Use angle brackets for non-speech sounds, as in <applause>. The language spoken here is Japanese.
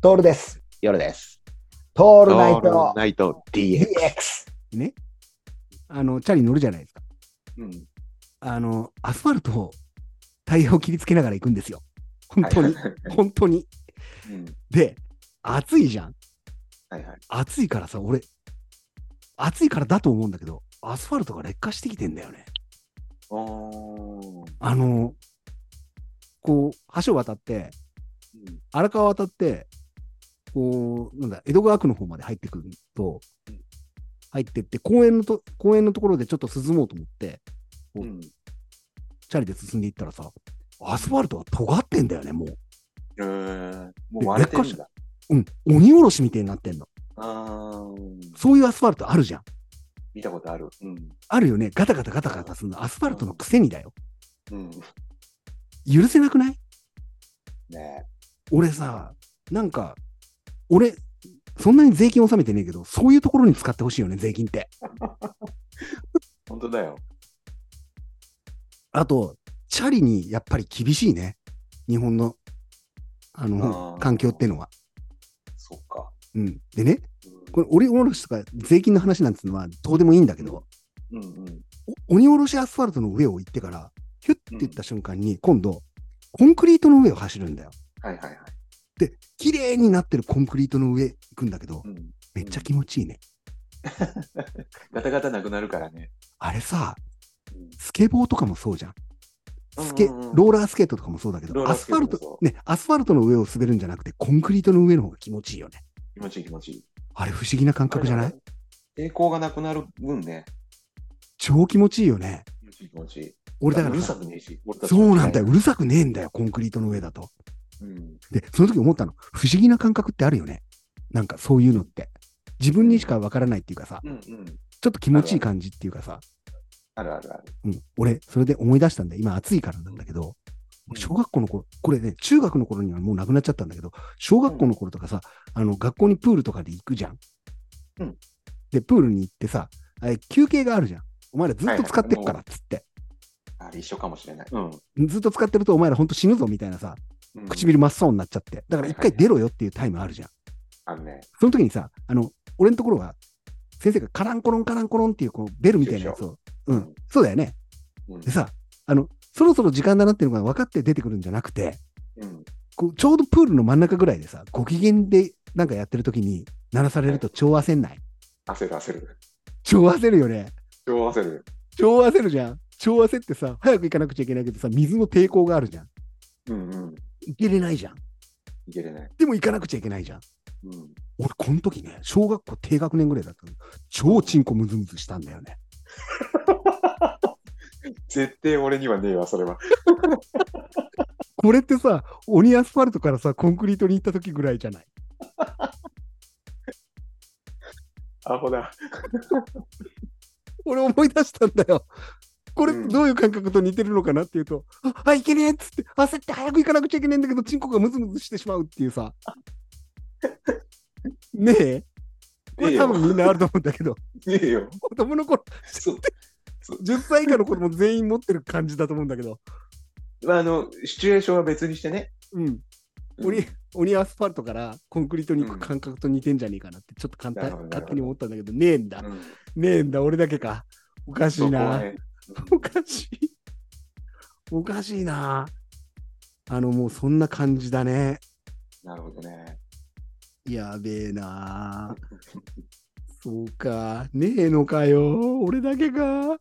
トールです。夜です。トオールナイトナイト DX。 DX。ね。あの、チャリ乗るじゃないですか。うんあの、アスファルトをタイヤを切りつけながら行くんですよ。本当に、はい本当に。うんで、暑いじゃん。はいはい。暑いからさ、俺、暑いからだと思うんだけど、アスファルトが劣化してきてんだよね。おーあの、こう、橋を渡って、荒川を渡って、こう、なんだ、江戸川区の方まで入ってくるとうん、入ってって、公園のと、公園のところでちょっと涼もうと思って、うんううんチャリで進んでいったらさ、アスファルトは尖ってんだよね、もう。えーもう割れてるんだ。うん、鬼おろしみたいになってんの。あーそういうアスファルトあるじゃん。見たことある。うん。あるよね。ガタガタガタガタするの。アスファルトのくせにだよ。うん。許せなくないね俺さ、なんか、俺、そんなに税金納めてねえけど、そういうところに使ってほしいよね、税金って。本当だよ。あと、チャリにやっぱり厳しいね。日本の、あの、あー環境っていうのは。そっか。うん。でね、うんこれ、鬼おろしとか税金の話なんていうのはどうでもいいんだけど、うんうん。お鬼おろしアスファルトの上を行ってから、ヒュッて行った瞬間に、今度、コンクリートの上を走るんだよ。はいはいはい。で、綺麗になってるコンクリートの上行くんだけどう、ん。めっちゃ気持ちいいね。ガタガタなくなるからね。あれさ、うんスケボーとかもそうじゃん。スケ、うんうんうんローラースケートとかもそうだけローど、ラアーススケファールトもそうト、ね、アスファルトの上を滑るんじゃなくて、コンクリートの上の方が気持ちいいよね。気持ちいい気持ちいい。あれ不思議な感覚じゃない抵抗がなくなる分ね。超気持ちいいよね。気持ちいい気持ちいい。俺だかうらるささ、くねえし。俺たちそうなんだよ。うるさくねえんだよ、コンクリートの上だと。うん。で、その時思ったの、不思議な感覚ってあるよね。なんかそういうのって。自分にしかわからないっていうかさ、うんうん。ちょっと気持ちいい感じっていうかさ、あるあるある。うん、俺、それで思い出したんだよ今暑いからなんだけど、小学校の頃、これね、中学の頃にはもうなくなっちゃったんだけど、小学校の頃とかさ、あの、学校にプールとかで行くじゃん。うんで、プールに行ってさ、あれ休憩があるじゃん。お前らずっと使ってっからっつって、あれ一緒かもしれない。うん。ずっと使ってるとお前らほんと死ぬぞみたいなさ、うん唇真っ青になっちゃって、だから一回出ろよっていうタイムあるじゃん。あるね。その時にさ、あの、俺のところは、先生がカランコロンカランコロンっていうこうベルみたいなやつを、ううんん、そうだよね。うんでさ、あの、そろそろ時間だなっていうのが分かって出てくるんじゃなくて、うん。こうちょうどプールの真ん中ぐらいでさ、ご機嫌でなんかやってる時に鳴らされると超焦んない。焦る焦る。超焦るよね。超焦る。超焦るじゃん。超焦ってさ、早く行かなくちゃいけないけどさ、水の抵抗があるじゃん。うんうん。行けれないじゃん。いけれない。でも行かなくちゃいけないじゃん。うん。俺、この時ね、小学校低学年ぐらいだったの。超チンコムズムズしたんだよね。絶対俺にはねえわ、それは。これってさ、鬼アスファルトからさ、コンクリートに行った時ぐらいじゃない。アホだ。俺思い出したんだよ。これうんどういう感覚と似てるのかなっていうと、あ、あ、いけねえっつって、焦って早く行かなくちゃいけないんだけど、チンコがムズムズしてしまうってい <laughs> うさ。ねえこねえれよ多分みんなあると思うんだけど、ねえよ。子供の頃、そう10歳以下の子供全員持ってる感じだと思うんだけど、まあ、あの、シチュエーションは別にしてね。うん、うん鬼、鬼アスファルトからコンクリートに行く感覚と似てんじゃねえかなって、ちょっと簡な単るほどなるほど勝手に思ったんだけど、ねえんだ、うんねえんだ、俺だけか。おかしそいこはな。ね <laughs> おかしい。おかしいな。あの、もうそんな感じだね。なるほどね。やべえな。そうか。ねえのかよ。俺だけか。